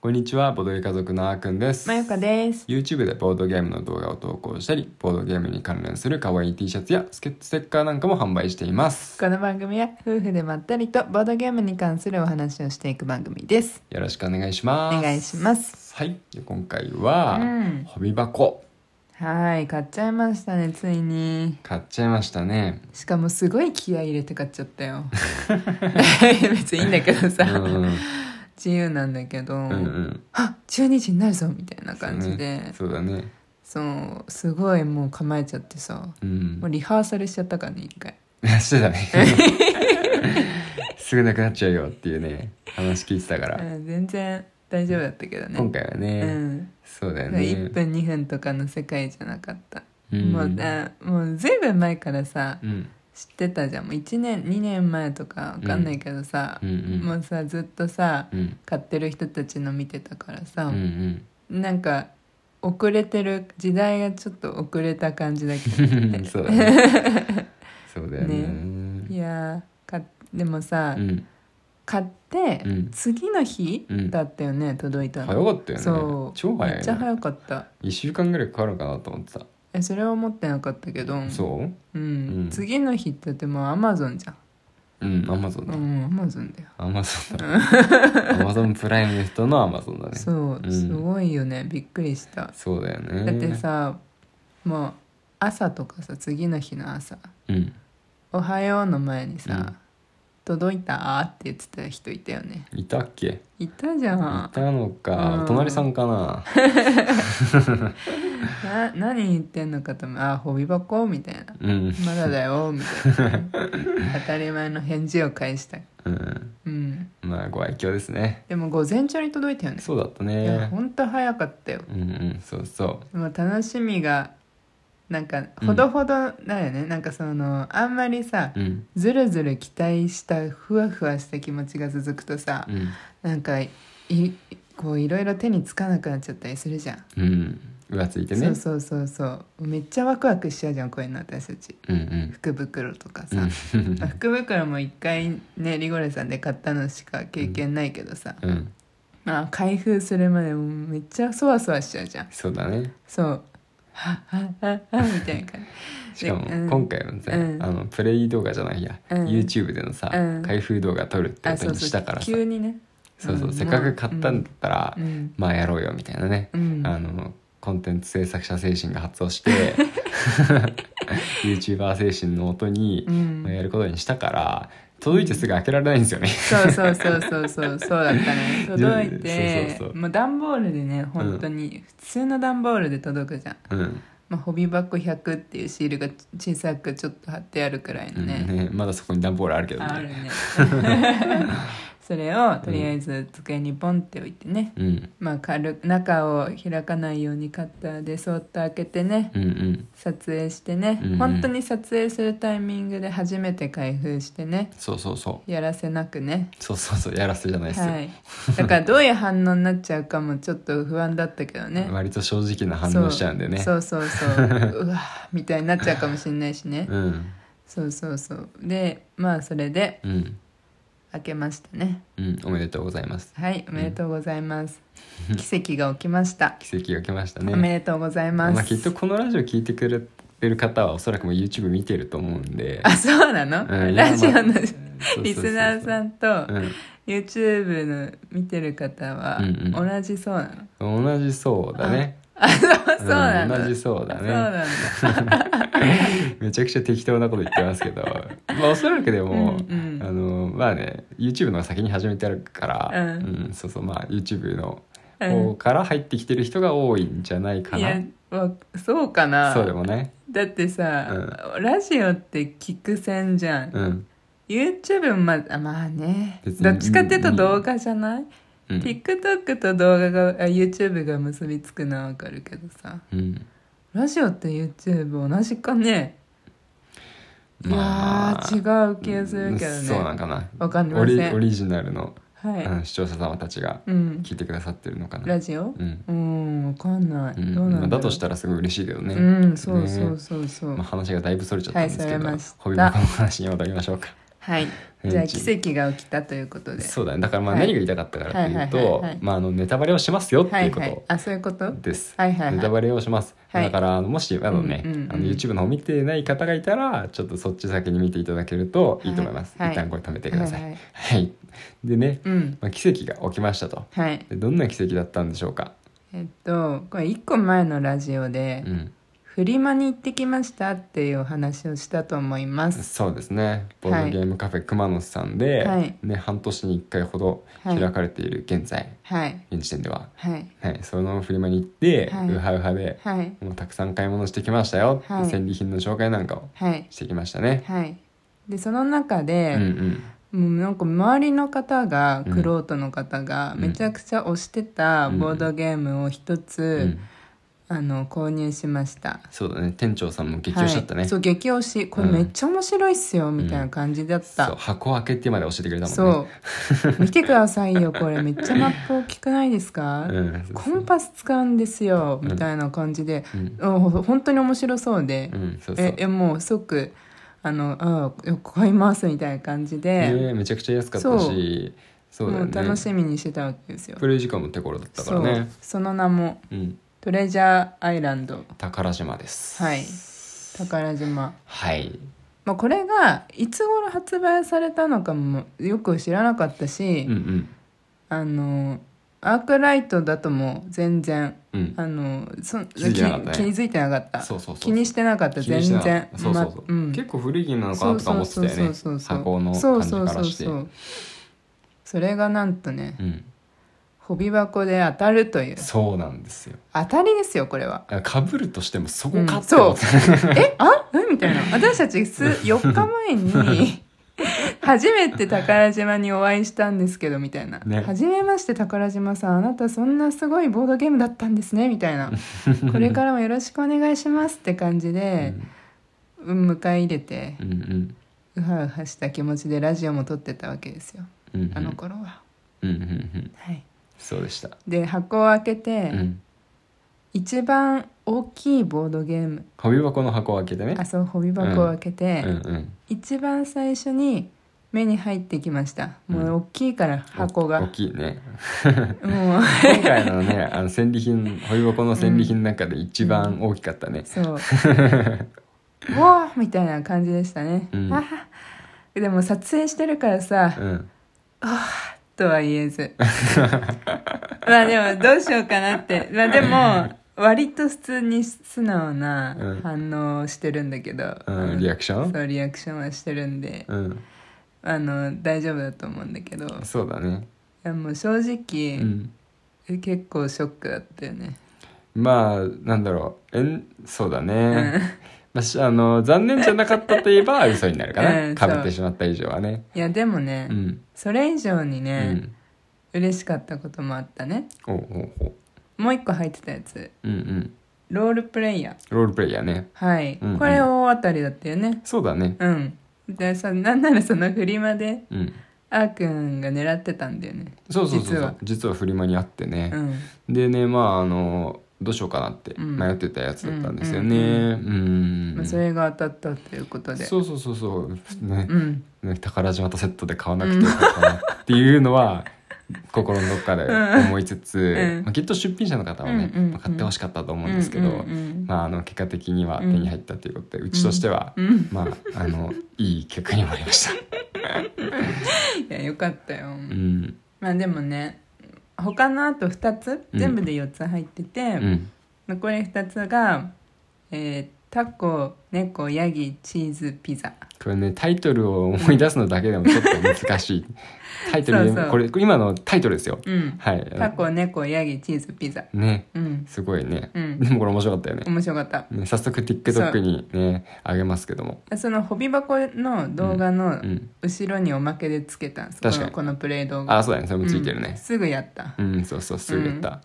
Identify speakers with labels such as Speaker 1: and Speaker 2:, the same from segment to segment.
Speaker 1: こんにちは、ボードゲー家族のあーくんです。
Speaker 2: まゆかです。
Speaker 1: YouTube でボードゲームの動画を投稿したり、ボードゲームに関連する可愛い T シャツやスケッチステッカーなんかも販売しています。
Speaker 2: この番組は夫婦でまったりとボードゲームに関するお話をしていく番組です。
Speaker 1: よろしくお願いしま
Speaker 2: お
Speaker 1: す。
Speaker 2: 願いします。
Speaker 1: はい、で今回は、
Speaker 2: うん
Speaker 1: ホビ箱
Speaker 2: はい、買っちゃいましたね、ついに。
Speaker 1: 買っちゃいました ね。
Speaker 2: しかもすごい気合い入れて買っちゃった よ。別にいいんだけど
Speaker 1: う
Speaker 2: さ、
Speaker 1: んうん
Speaker 2: 自由なんだけど、
Speaker 1: うんうん。
Speaker 2: あ12時になるぞみたいな感じで、
Speaker 1: そうだね。
Speaker 2: そう、すごいもう構えちゃってさ、
Speaker 1: うん
Speaker 2: もう。リハーサルしちゃったからね、一回。
Speaker 1: してたね。 すぐなくなっちゃうよっていうね、話聞いてたから。
Speaker 2: うん全然大丈夫だったけどね。
Speaker 1: 今回はね、
Speaker 2: うん、
Speaker 1: そうだよね。
Speaker 2: 1分2分とかの世界じゃなかった。
Speaker 1: うん
Speaker 2: もうねもうずいぶん前からさ
Speaker 1: うん。
Speaker 2: 知ってたじゃんもう1年2年前とかわかんないけどさ、
Speaker 1: うんうん。
Speaker 2: もうさずっとさ
Speaker 1: うん。
Speaker 2: 買ってる人たちの見てたから
Speaker 1: う
Speaker 2: さ
Speaker 1: んう、ん。
Speaker 2: なんか遅れてる時代がちょっと遅れた感じだけ ど
Speaker 1: そうだね。そうだよね。
Speaker 2: いやーかでもさ、
Speaker 1: うん。
Speaker 2: 買って、
Speaker 1: うん
Speaker 2: 次の日、
Speaker 1: うん
Speaker 2: だったよね届いた
Speaker 1: 早
Speaker 2: の
Speaker 1: かったよね。
Speaker 2: そう
Speaker 1: 超早い、ね。
Speaker 2: めっちゃ早かった
Speaker 1: 一週間ぐらいかかるかなと思ってた。
Speaker 2: えそれは思ってなかったけど、
Speaker 1: そううん
Speaker 2: ん、次の日ってだってもうアマゾンじゃん
Speaker 1: う？うん。アマゾンだ
Speaker 2: う。んアマゾンだよ
Speaker 1: アマゾンだ。アマゾンプライムの人のアマゾンだね。
Speaker 2: そう、
Speaker 1: うん
Speaker 2: すごいよねびっくりした
Speaker 1: そうだよね。
Speaker 2: だって。さもう朝とかさ次の日の朝
Speaker 1: うん。
Speaker 2: 「おはよう」の前にさ
Speaker 1: う
Speaker 2: 「
Speaker 1: ん
Speaker 2: 届いた?」って言ってた人いたよね
Speaker 1: いたっけ？
Speaker 2: いたじゃん
Speaker 1: いたのか。
Speaker 2: うん
Speaker 1: お隣さんかな。
Speaker 2: な何言ってんのかと思う「あホビ箱?」みたいな
Speaker 1: うん
Speaker 2: 「まだだ よ」みたいな当たり前の返事を返した
Speaker 1: うん。
Speaker 2: うん
Speaker 1: まあご愛嬌ですね。
Speaker 2: でも午前中に届いたよね
Speaker 1: そうだった
Speaker 2: いや
Speaker 1: ね。
Speaker 2: ほんと早かったよ
Speaker 1: うんうん。そうそう。
Speaker 2: もう楽しみがなんか
Speaker 1: うん
Speaker 2: ほどほどだよね、なんかそのあんまりさ、
Speaker 1: うん
Speaker 2: ずるずる期待したふわふわした気持ちが続くとさ
Speaker 1: う、ん
Speaker 2: なんかいこういろいろ手につかなくなっちゃったりするじゃん、
Speaker 1: うん。うわついてね。
Speaker 2: そうそうそうそうめっちゃワクワクしちゃうじゃんこういうの私たち
Speaker 1: うんうん。
Speaker 2: 福袋とか
Speaker 1: う
Speaker 2: さ、
Speaker 1: ん
Speaker 2: あ福袋も一回ねリゴレさんで買ったのしか経験ないけどさ、
Speaker 1: うん。
Speaker 2: まあ開封するまでもうめっちゃそわそわしちゃうじゃん
Speaker 1: そうだね。
Speaker 2: そうはっはっはっはみたいな感じ
Speaker 1: しかも
Speaker 2: でうん
Speaker 1: 今回はさ、
Speaker 2: うん
Speaker 1: あのプレイ動画じゃないや、
Speaker 2: うん
Speaker 1: YouTube でのさ、
Speaker 2: うん
Speaker 1: 開封動画撮るって
Speaker 2: あ
Speaker 1: こと
Speaker 2: そう
Speaker 1: にしたからさ
Speaker 2: そう急にね
Speaker 1: そうそう、
Speaker 2: うん
Speaker 1: せっかく買ったんだったら、
Speaker 2: うん
Speaker 1: まあやろうよみたいなね、
Speaker 2: うん
Speaker 1: あのコンテンツ制作者精神が発動して YouTuber 精神のもとに
Speaker 2: う、ん
Speaker 1: まあやることにしたから届いてすぐ開けられないんですよね
Speaker 2: そうそうそうそうそうそうだったね 届いて
Speaker 1: そうそうそう
Speaker 2: もう段ボールでね本当に普通の段ボールで届くじゃ
Speaker 1: う
Speaker 2: ん、
Speaker 1: ん、
Speaker 2: まあ、ホビー箱100っていうシールが小さくちょっと貼ってあるくらいの
Speaker 1: うん
Speaker 2: ね,、
Speaker 1: ねまだそこに段ボールあるけど
Speaker 2: ある
Speaker 1: ね
Speaker 2: ねそれをとりあえず机にポンって置いてね、
Speaker 1: うん
Speaker 2: まあ、軽く中を開かないようにカッターでそっと開けてね
Speaker 1: うんうん
Speaker 2: 撮影してね、
Speaker 1: うんうん
Speaker 2: 本当に撮影するタイミングで初めて開封してね
Speaker 1: そうそうそう
Speaker 2: やらせなくね
Speaker 1: そうそうそうやらせじゃないっすよ、
Speaker 2: はい、だからどういう反応になっちゃうかもちょっと不安だったけどね
Speaker 1: 割と正直な反応しちゃうんでね
Speaker 2: そうそうそうそう うわみたいになっちゃうかもしれないしね
Speaker 1: うん
Speaker 2: そうそうそうでまあそれで
Speaker 1: うん
Speaker 2: 開けましたね
Speaker 1: うん、おめでとうございます。
Speaker 2: はいおめでとうございます、奇跡が起きました、
Speaker 1: 奇跡が来ました
Speaker 2: お
Speaker 1: ね。
Speaker 2: めでとうござい
Speaker 1: ま
Speaker 2: ます、
Speaker 1: あ、きっとこのラジオ聞いてくれてる方はおそらくもう YouTube 見てると思うんで。
Speaker 2: あそうな
Speaker 1: う
Speaker 2: の、
Speaker 1: んいや
Speaker 2: ラジオの
Speaker 1: まあ
Speaker 2: リスナーさ
Speaker 1: ん。
Speaker 2: んと
Speaker 1: うん
Speaker 2: YouTube の見てる方は
Speaker 1: うんう
Speaker 2: 同じそうなの、
Speaker 1: 同じそうだね。
Speaker 2: あそうなんだ、
Speaker 1: うん同じそうだ
Speaker 2: そうなん
Speaker 1: ね。
Speaker 2: だ
Speaker 1: めちゃくちゃ適当なこと言ってますけど、まあおそらくでも、
Speaker 2: うんうん
Speaker 1: あのまあね、YouTube の方が先に始めてあるから、
Speaker 2: うん
Speaker 1: うんそうそうまあ YouTube の
Speaker 2: うん
Speaker 1: 方から入ってきてる人が多いんじゃないか
Speaker 2: い
Speaker 1: な
Speaker 2: や。わそうかな
Speaker 1: そうでもね。
Speaker 2: だってさ、ラジオって聞く線じゃん、
Speaker 1: うん。
Speaker 2: YouTube もまあまあね
Speaker 1: 別に
Speaker 2: どっちかっていうと動画じゃない、
Speaker 1: うん。
Speaker 2: TikTok と動画があ YouTube が結びつくのはわかるけどさ
Speaker 1: うん
Speaker 2: ラジオと YouTube 同じかね、
Speaker 1: まあ
Speaker 2: いやー違う気がするけどね、
Speaker 1: そうなんかな
Speaker 2: わかん
Speaker 1: オ
Speaker 2: ませ
Speaker 1: リオ
Speaker 2: ん
Speaker 1: リジナルの、
Speaker 2: は
Speaker 1: うん
Speaker 2: い、
Speaker 1: 視聴者様たちが
Speaker 2: うん、
Speaker 1: 聞いてくださってるのかな
Speaker 2: ラジオ
Speaker 1: うん、
Speaker 2: うんわかんない、
Speaker 1: うん
Speaker 2: どうな
Speaker 1: まあ、
Speaker 2: んだろう
Speaker 1: だとしたらすごい嬉しいけどね、
Speaker 2: うんそうそうそうそう、
Speaker 1: まあ、話がだいぶそれちゃったんですけど、
Speaker 2: はいそれました
Speaker 1: ホビーの話に戻りましょうか
Speaker 2: はい
Speaker 1: うん
Speaker 2: じゃあ奇跡が起きたということで
Speaker 1: そうだねだからまあ
Speaker 2: はい
Speaker 1: 何が言いたかったかっていう
Speaker 2: はいはい
Speaker 1: と
Speaker 2: はいはい
Speaker 1: まああのネタバレをしますよって
Speaker 2: はいいう
Speaker 1: こ
Speaker 2: はい
Speaker 1: と
Speaker 2: あそういうこと
Speaker 1: です、
Speaker 2: はいはいはい
Speaker 1: ネタバレをします、
Speaker 2: はい
Speaker 1: だからあのもしあのね、
Speaker 2: うんうんうん
Speaker 1: あの YouTube の方見てない方がいたらちょっとそっち先に見ていただけるといいと思います、
Speaker 2: はいはい
Speaker 1: 一旦これ止めてください
Speaker 2: はいはい
Speaker 1: はい、でね、
Speaker 2: うん
Speaker 1: まあ、奇跡が起きましたと
Speaker 2: はい
Speaker 1: でどんな奇跡だったんでしょうか、
Speaker 2: えっとこれ一個前のラジオで
Speaker 1: うん、
Speaker 2: フリマに行ってきましたっていうお話をしたと思います
Speaker 1: そうですねボードゲームカフェ熊野さんで、
Speaker 2: はい
Speaker 1: ね、半年に1回ほど
Speaker 2: はい
Speaker 1: 開かれている現在、
Speaker 2: はい
Speaker 1: 現時点では、
Speaker 2: はい
Speaker 1: はい、そのフリマに行って、
Speaker 2: はいう
Speaker 1: はうはで、
Speaker 2: はい
Speaker 1: もうたくさん買い物してきましたよ、
Speaker 2: はい
Speaker 1: 戦利品の紹介なんかを
Speaker 2: はい
Speaker 1: してきましたね、
Speaker 2: はいでその中で、
Speaker 1: うんうん
Speaker 2: もうなんか周りの方が玄人の方が
Speaker 1: うん
Speaker 2: めちゃくちゃ推してたボードゲームを一
Speaker 1: う
Speaker 2: つ
Speaker 1: ん、、
Speaker 2: あの購入しました
Speaker 1: そうだね店長さんも激推しだったね、
Speaker 2: はい、そう激推しこれ
Speaker 1: うん
Speaker 2: めっちゃ面白いっすよ、みたいな感じだっ
Speaker 1: そう
Speaker 2: た、
Speaker 1: 箱開けってまで教えてくれたもんね
Speaker 2: そう見てくださいよこれめっちゃマップ大きくないで すか、
Speaker 1: うんそう
Speaker 2: コンパス使うんですよみたいな感じで、
Speaker 1: うん
Speaker 2: うんほ本当に面白そうで、
Speaker 1: うんそうそう
Speaker 2: ええもう即あのああ買いますみたいな感じで、
Speaker 1: ねめちゃくちゃ安かったしそうだ
Speaker 2: も
Speaker 1: よ
Speaker 2: う
Speaker 1: ね
Speaker 2: 楽しみにしてたわけですよ
Speaker 1: プレイ時間も手頃だったからね
Speaker 2: そうその名も
Speaker 1: うん
Speaker 2: トレジャーアイランド
Speaker 1: 宝島です
Speaker 2: はい宝島、
Speaker 1: はい
Speaker 2: まあ、これがいつ頃発売されたのかもよく知らなかったし、
Speaker 1: うんうん
Speaker 2: あのアークライトだともう全然
Speaker 1: うん
Speaker 2: あのそ
Speaker 1: 気づいてなかったね
Speaker 2: 気気づいてなかった
Speaker 1: そうそうそう
Speaker 2: 気にしてなかった
Speaker 1: 気に
Speaker 2: 全
Speaker 1: してな
Speaker 2: 然
Speaker 1: そうそうそう、
Speaker 2: まうん、
Speaker 1: 結構古い銀なのかなとか思ってたよね
Speaker 2: そうそうそうそう
Speaker 1: 箱の感じからして
Speaker 2: そうそうそうそうそれがなんとね
Speaker 1: うん、
Speaker 2: ホビ箱で当たるという
Speaker 1: そうなんですよ
Speaker 2: 当たりですよこれは
Speaker 1: かぶるとしてもそこかって
Speaker 2: うん
Speaker 1: 思っ
Speaker 2: そ
Speaker 1: た、
Speaker 2: えあえみたいな私たちす4日前 に初めて宝島にお会いしたんですけどみたいな「
Speaker 1: ね
Speaker 2: 初めまして宝島さんあなたそんなすごいボードゲームだったんですね」みたいな「これからもよろしくお願いします」って感じで、うん、迎え入れて
Speaker 1: うんうん
Speaker 2: うはうはした気持ちでラジオも撮ってたわけですよ
Speaker 1: うんうん
Speaker 2: あの頃は、
Speaker 1: うんうんうん
Speaker 2: はい
Speaker 1: そうでした、
Speaker 2: で箱を開けて、
Speaker 1: うん、
Speaker 2: 一番大きいボードゲーム
Speaker 1: ホビ箱の箱を開けてね
Speaker 2: あそうホビ箱を開けて、
Speaker 1: うんうん
Speaker 2: 一番最初に目に入ってきましたも
Speaker 1: うん
Speaker 2: う大きいから箱
Speaker 1: 大
Speaker 2: が、
Speaker 1: きいね
Speaker 2: もう
Speaker 1: 今回のねあの戦利品ホイボコの戦利品の中で一番大きかったね、
Speaker 2: そう うわーみたいな感じでしたね、
Speaker 1: うん
Speaker 2: あーでも撮影してるからさ、
Speaker 1: うん
Speaker 2: とは言 えずまあでもどうしようかなってまあでも割と普通に素
Speaker 1: う
Speaker 2: 直
Speaker 1: ん
Speaker 2: な反応をしてるんだけど、
Speaker 1: うん
Speaker 2: あの
Speaker 1: リアクション
Speaker 2: そうリアクションはしてるんで、
Speaker 1: うん
Speaker 2: あの大丈夫だと思うんだけどい
Speaker 1: そうだね、
Speaker 2: やもう正直、
Speaker 1: うん、
Speaker 2: 結構ショックだったよね
Speaker 1: まあなんだろうえんそうだね、まあし、あの残念じゃなかったといえ ば嘘になるか
Speaker 2: う
Speaker 1: なんかぶ、被っ
Speaker 2: そ
Speaker 1: て
Speaker 2: う
Speaker 1: しまった以上はね
Speaker 2: いやでもね、
Speaker 1: うん、
Speaker 2: それ以上に
Speaker 1: う
Speaker 2: ね、
Speaker 1: ん、
Speaker 2: 嬉しかったこともあったね
Speaker 1: おうおうおう
Speaker 2: もう一個入ってたやつ
Speaker 1: うんうん
Speaker 2: ロールプレイヤー
Speaker 1: ロールプレイヤーね
Speaker 2: はい、
Speaker 1: うんうん
Speaker 2: これ大当たりだったよね
Speaker 1: そうだね
Speaker 2: うんでさなんならそのフリマで
Speaker 1: うん
Speaker 2: あーくんが狙ってたんだよね
Speaker 1: そうそうそうそう
Speaker 2: 実
Speaker 1: 実
Speaker 2: は
Speaker 1: はフリマにあってね、
Speaker 2: うん
Speaker 1: でねまああのどうしようかなって
Speaker 2: うん
Speaker 1: 迷ってたやつだったんですよ
Speaker 2: う
Speaker 1: ねう
Speaker 2: ん
Speaker 1: ん
Speaker 2: まあ、それが当たったということで
Speaker 1: そうそうそうそうね
Speaker 2: うん
Speaker 1: ね宝島とセットで買わなくてよかったなっていうの は心のどっかで思いつつ、
Speaker 2: うん
Speaker 1: まあ、きっと出品者の方はね、
Speaker 2: うんうんうん
Speaker 1: まあ買ってほしかったと思うんですけど、
Speaker 2: うんうん
Speaker 1: まあ、あの結果的には手に入ったということで、うちとしては、
Speaker 2: うんうん
Speaker 1: まああのいい結果にもなりま した。
Speaker 2: いやよかったよ、
Speaker 1: うん
Speaker 2: まあでもね他のあと2つ
Speaker 1: うん
Speaker 2: 全部で4つ入ってて、
Speaker 1: うん
Speaker 2: 残り2つが、えータコ猫ヤギチーズピザ
Speaker 1: これねタイトルを思い出すのだけでもちょっと難し いタイトルで
Speaker 2: そうそう
Speaker 1: これこれ今のタイトルですよ、
Speaker 2: うん
Speaker 1: はい
Speaker 2: タコ猫ヤギチーズピザ
Speaker 1: ね
Speaker 2: うん
Speaker 1: すごいね、
Speaker 2: うん
Speaker 1: でもこれ面白かったよね
Speaker 2: 面白かった
Speaker 1: ね早速 TikTok にねあげますけども
Speaker 2: そのホビ箱の動画の
Speaker 1: うん
Speaker 2: 後ろにおまけでつけたんです、
Speaker 1: 確か
Speaker 2: こ
Speaker 1: に
Speaker 2: のこのプレイ動画
Speaker 1: あそうだねそれもついてる
Speaker 2: うん
Speaker 1: ね
Speaker 2: すぐやった
Speaker 1: うん、そうそうすぐやった、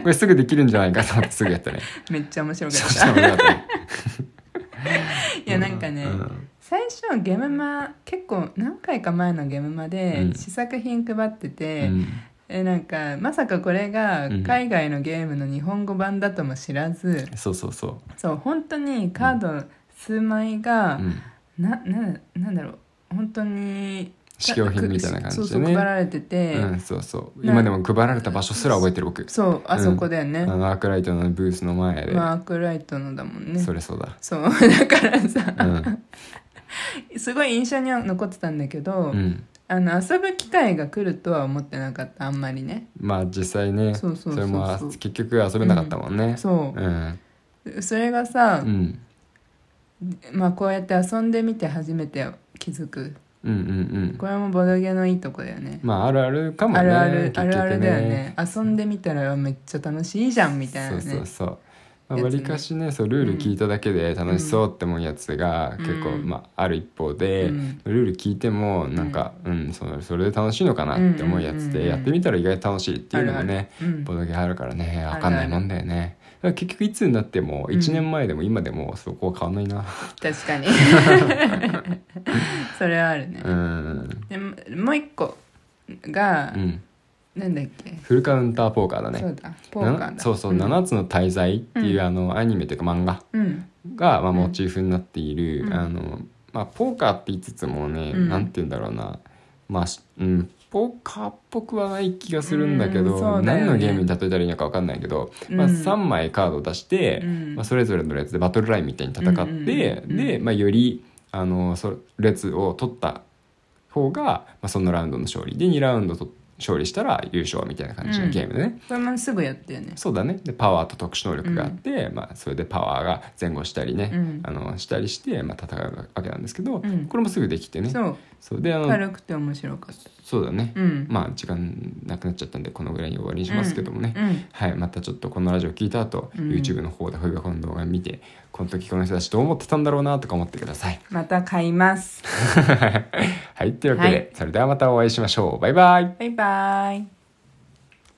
Speaker 1: これすぐできるんじゃないかと思ってすぐやったね
Speaker 2: めっちゃ面白か
Speaker 1: そう
Speaker 2: っ
Speaker 1: したたら面白かったね
Speaker 2: いやなんかね、
Speaker 1: うん
Speaker 2: 最初ゲムマ結構何回か前のゲムマ
Speaker 1: うん
Speaker 2: で試作品配って
Speaker 1: う
Speaker 2: て、
Speaker 1: ん
Speaker 2: えなんかまさかこれが海外のゲームの日本語版だとも知らず、
Speaker 1: そうそうそ
Speaker 2: そう本当にカード数枚が、
Speaker 1: う、うん
Speaker 2: なななんだろう本当に
Speaker 1: 試供品みたいな感じで
Speaker 2: そうそう配
Speaker 1: ね
Speaker 2: られてて、
Speaker 1: うんそうそう今でも配られた場所すら覚えてる僕
Speaker 2: そうあそこだよね、
Speaker 1: あのアークライトのブースの前で、
Speaker 2: マークライトのだもんね
Speaker 1: それそうだ
Speaker 2: そうだからさ、
Speaker 1: うん
Speaker 2: すごい印象には残ってたんだけど、
Speaker 1: うん
Speaker 2: あの遊ぶ機会が来るとは思ってなかったあんまりね
Speaker 1: まあ実際ね
Speaker 2: そうそうそうそう
Speaker 1: れもあ結局遊べなかったもんね
Speaker 2: そ
Speaker 1: うん
Speaker 2: う、それがさ、
Speaker 1: うん
Speaker 2: まあ、こうやって遊んでみて初めて気づく
Speaker 1: うんうんうん
Speaker 2: これもボドゲのいいとこだよね
Speaker 1: まああるあるかもね
Speaker 2: あるある
Speaker 1: 結
Speaker 2: あ
Speaker 1: 局
Speaker 2: るあるだよね遊んでみたらめっちゃ楽しいじゃんみたいなね
Speaker 1: そうそうそうまあ、
Speaker 2: やつね
Speaker 1: わりかしねそうルール聞いただけで楽しそうって思うやつが
Speaker 2: うん
Speaker 1: 結構、
Speaker 2: うん
Speaker 1: まあ、ある一方で、
Speaker 2: うん
Speaker 1: ルール聞いてもなんか、うんそのそれで楽しいのかなって思うやつで、
Speaker 2: うんうんうんうん
Speaker 1: やってみたら意外と楽しいっていうのもね
Speaker 2: うん
Speaker 1: ボドゲあるからね
Speaker 2: あるある
Speaker 1: 分かんないもんだよねだから結局いつになっても
Speaker 2: うん
Speaker 1: 1年前でも今でもそこは変わんないな
Speaker 2: 確かにそれはあるね
Speaker 1: う、ん、
Speaker 2: でももう一個が
Speaker 1: う、ん、
Speaker 2: なんだっけ、
Speaker 1: フルカウンターポーカーだ
Speaker 2: そ
Speaker 1: ね
Speaker 2: うだポーカー
Speaker 1: な
Speaker 2: だ
Speaker 1: そうそう、
Speaker 2: ん
Speaker 1: 7つの大罪っていううんあのアニメというか漫画
Speaker 2: うん
Speaker 1: が、まあ、
Speaker 2: うん
Speaker 1: モチーフになっている、
Speaker 2: うん
Speaker 1: あのまあ、ポーカーって言いつつもね、
Speaker 2: うん
Speaker 1: なんて言うんだろうな、まあしうん、ポーカーっぽくはない気がするんだけど、
Speaker 2: うんそうだよね
Speaker 1: 何のゲームに例えたらいいのか分かんないけど、まあ、
Speaker 2: うん
Speaker 1: 3枚カードを出して、
Speaker 2: うん
Speaker 1: まあ、それぞれの列でバトルラインみたいに戦って、
Speaker 2: うんうんうん
Speaker 1: で、まあ、よりあのそ列を取った方が、まあ、そのラウンドの勝利で2ラウンドと勝利したら優勝みたいな感じのゲームでね。
Speaker 2: これもすぐやったよね
Speaker 1: そうだねでパワーと特殊能力があって、まあ、それでパワーが前後したりね、
Speaker 2: うん
Speaker 1: あのしたりして、まあ、戦うわけなんですけど、
Speaker 2: うん
Speaker 1: これもすぐできてね
Speaker 2: そう
Speaker 1: そうであの
Speaker 2: 軽くて面白かった
Speaker 1: そうだね、
Speaker 2: うん
Speaker 1: まあ時間なくなっちゃったんでこのぐらいに終わりにしますけどもね、
Speaker 2: うんうん
Speaker 1: はい、またちょっとこのラジオ聞いた後、
Speaker 2: うん
Speaker 1: YouTube の方で冬がこの動画見てこの時この人たちどう思ってたんだろうなとか思ってください。
Speaker 2: また買います
Speaker 1: はいというわけで、
Speaker 2: はい
Speaker 1: それではまたお会いしましょうバイバイ
Speaker 2: バイバイ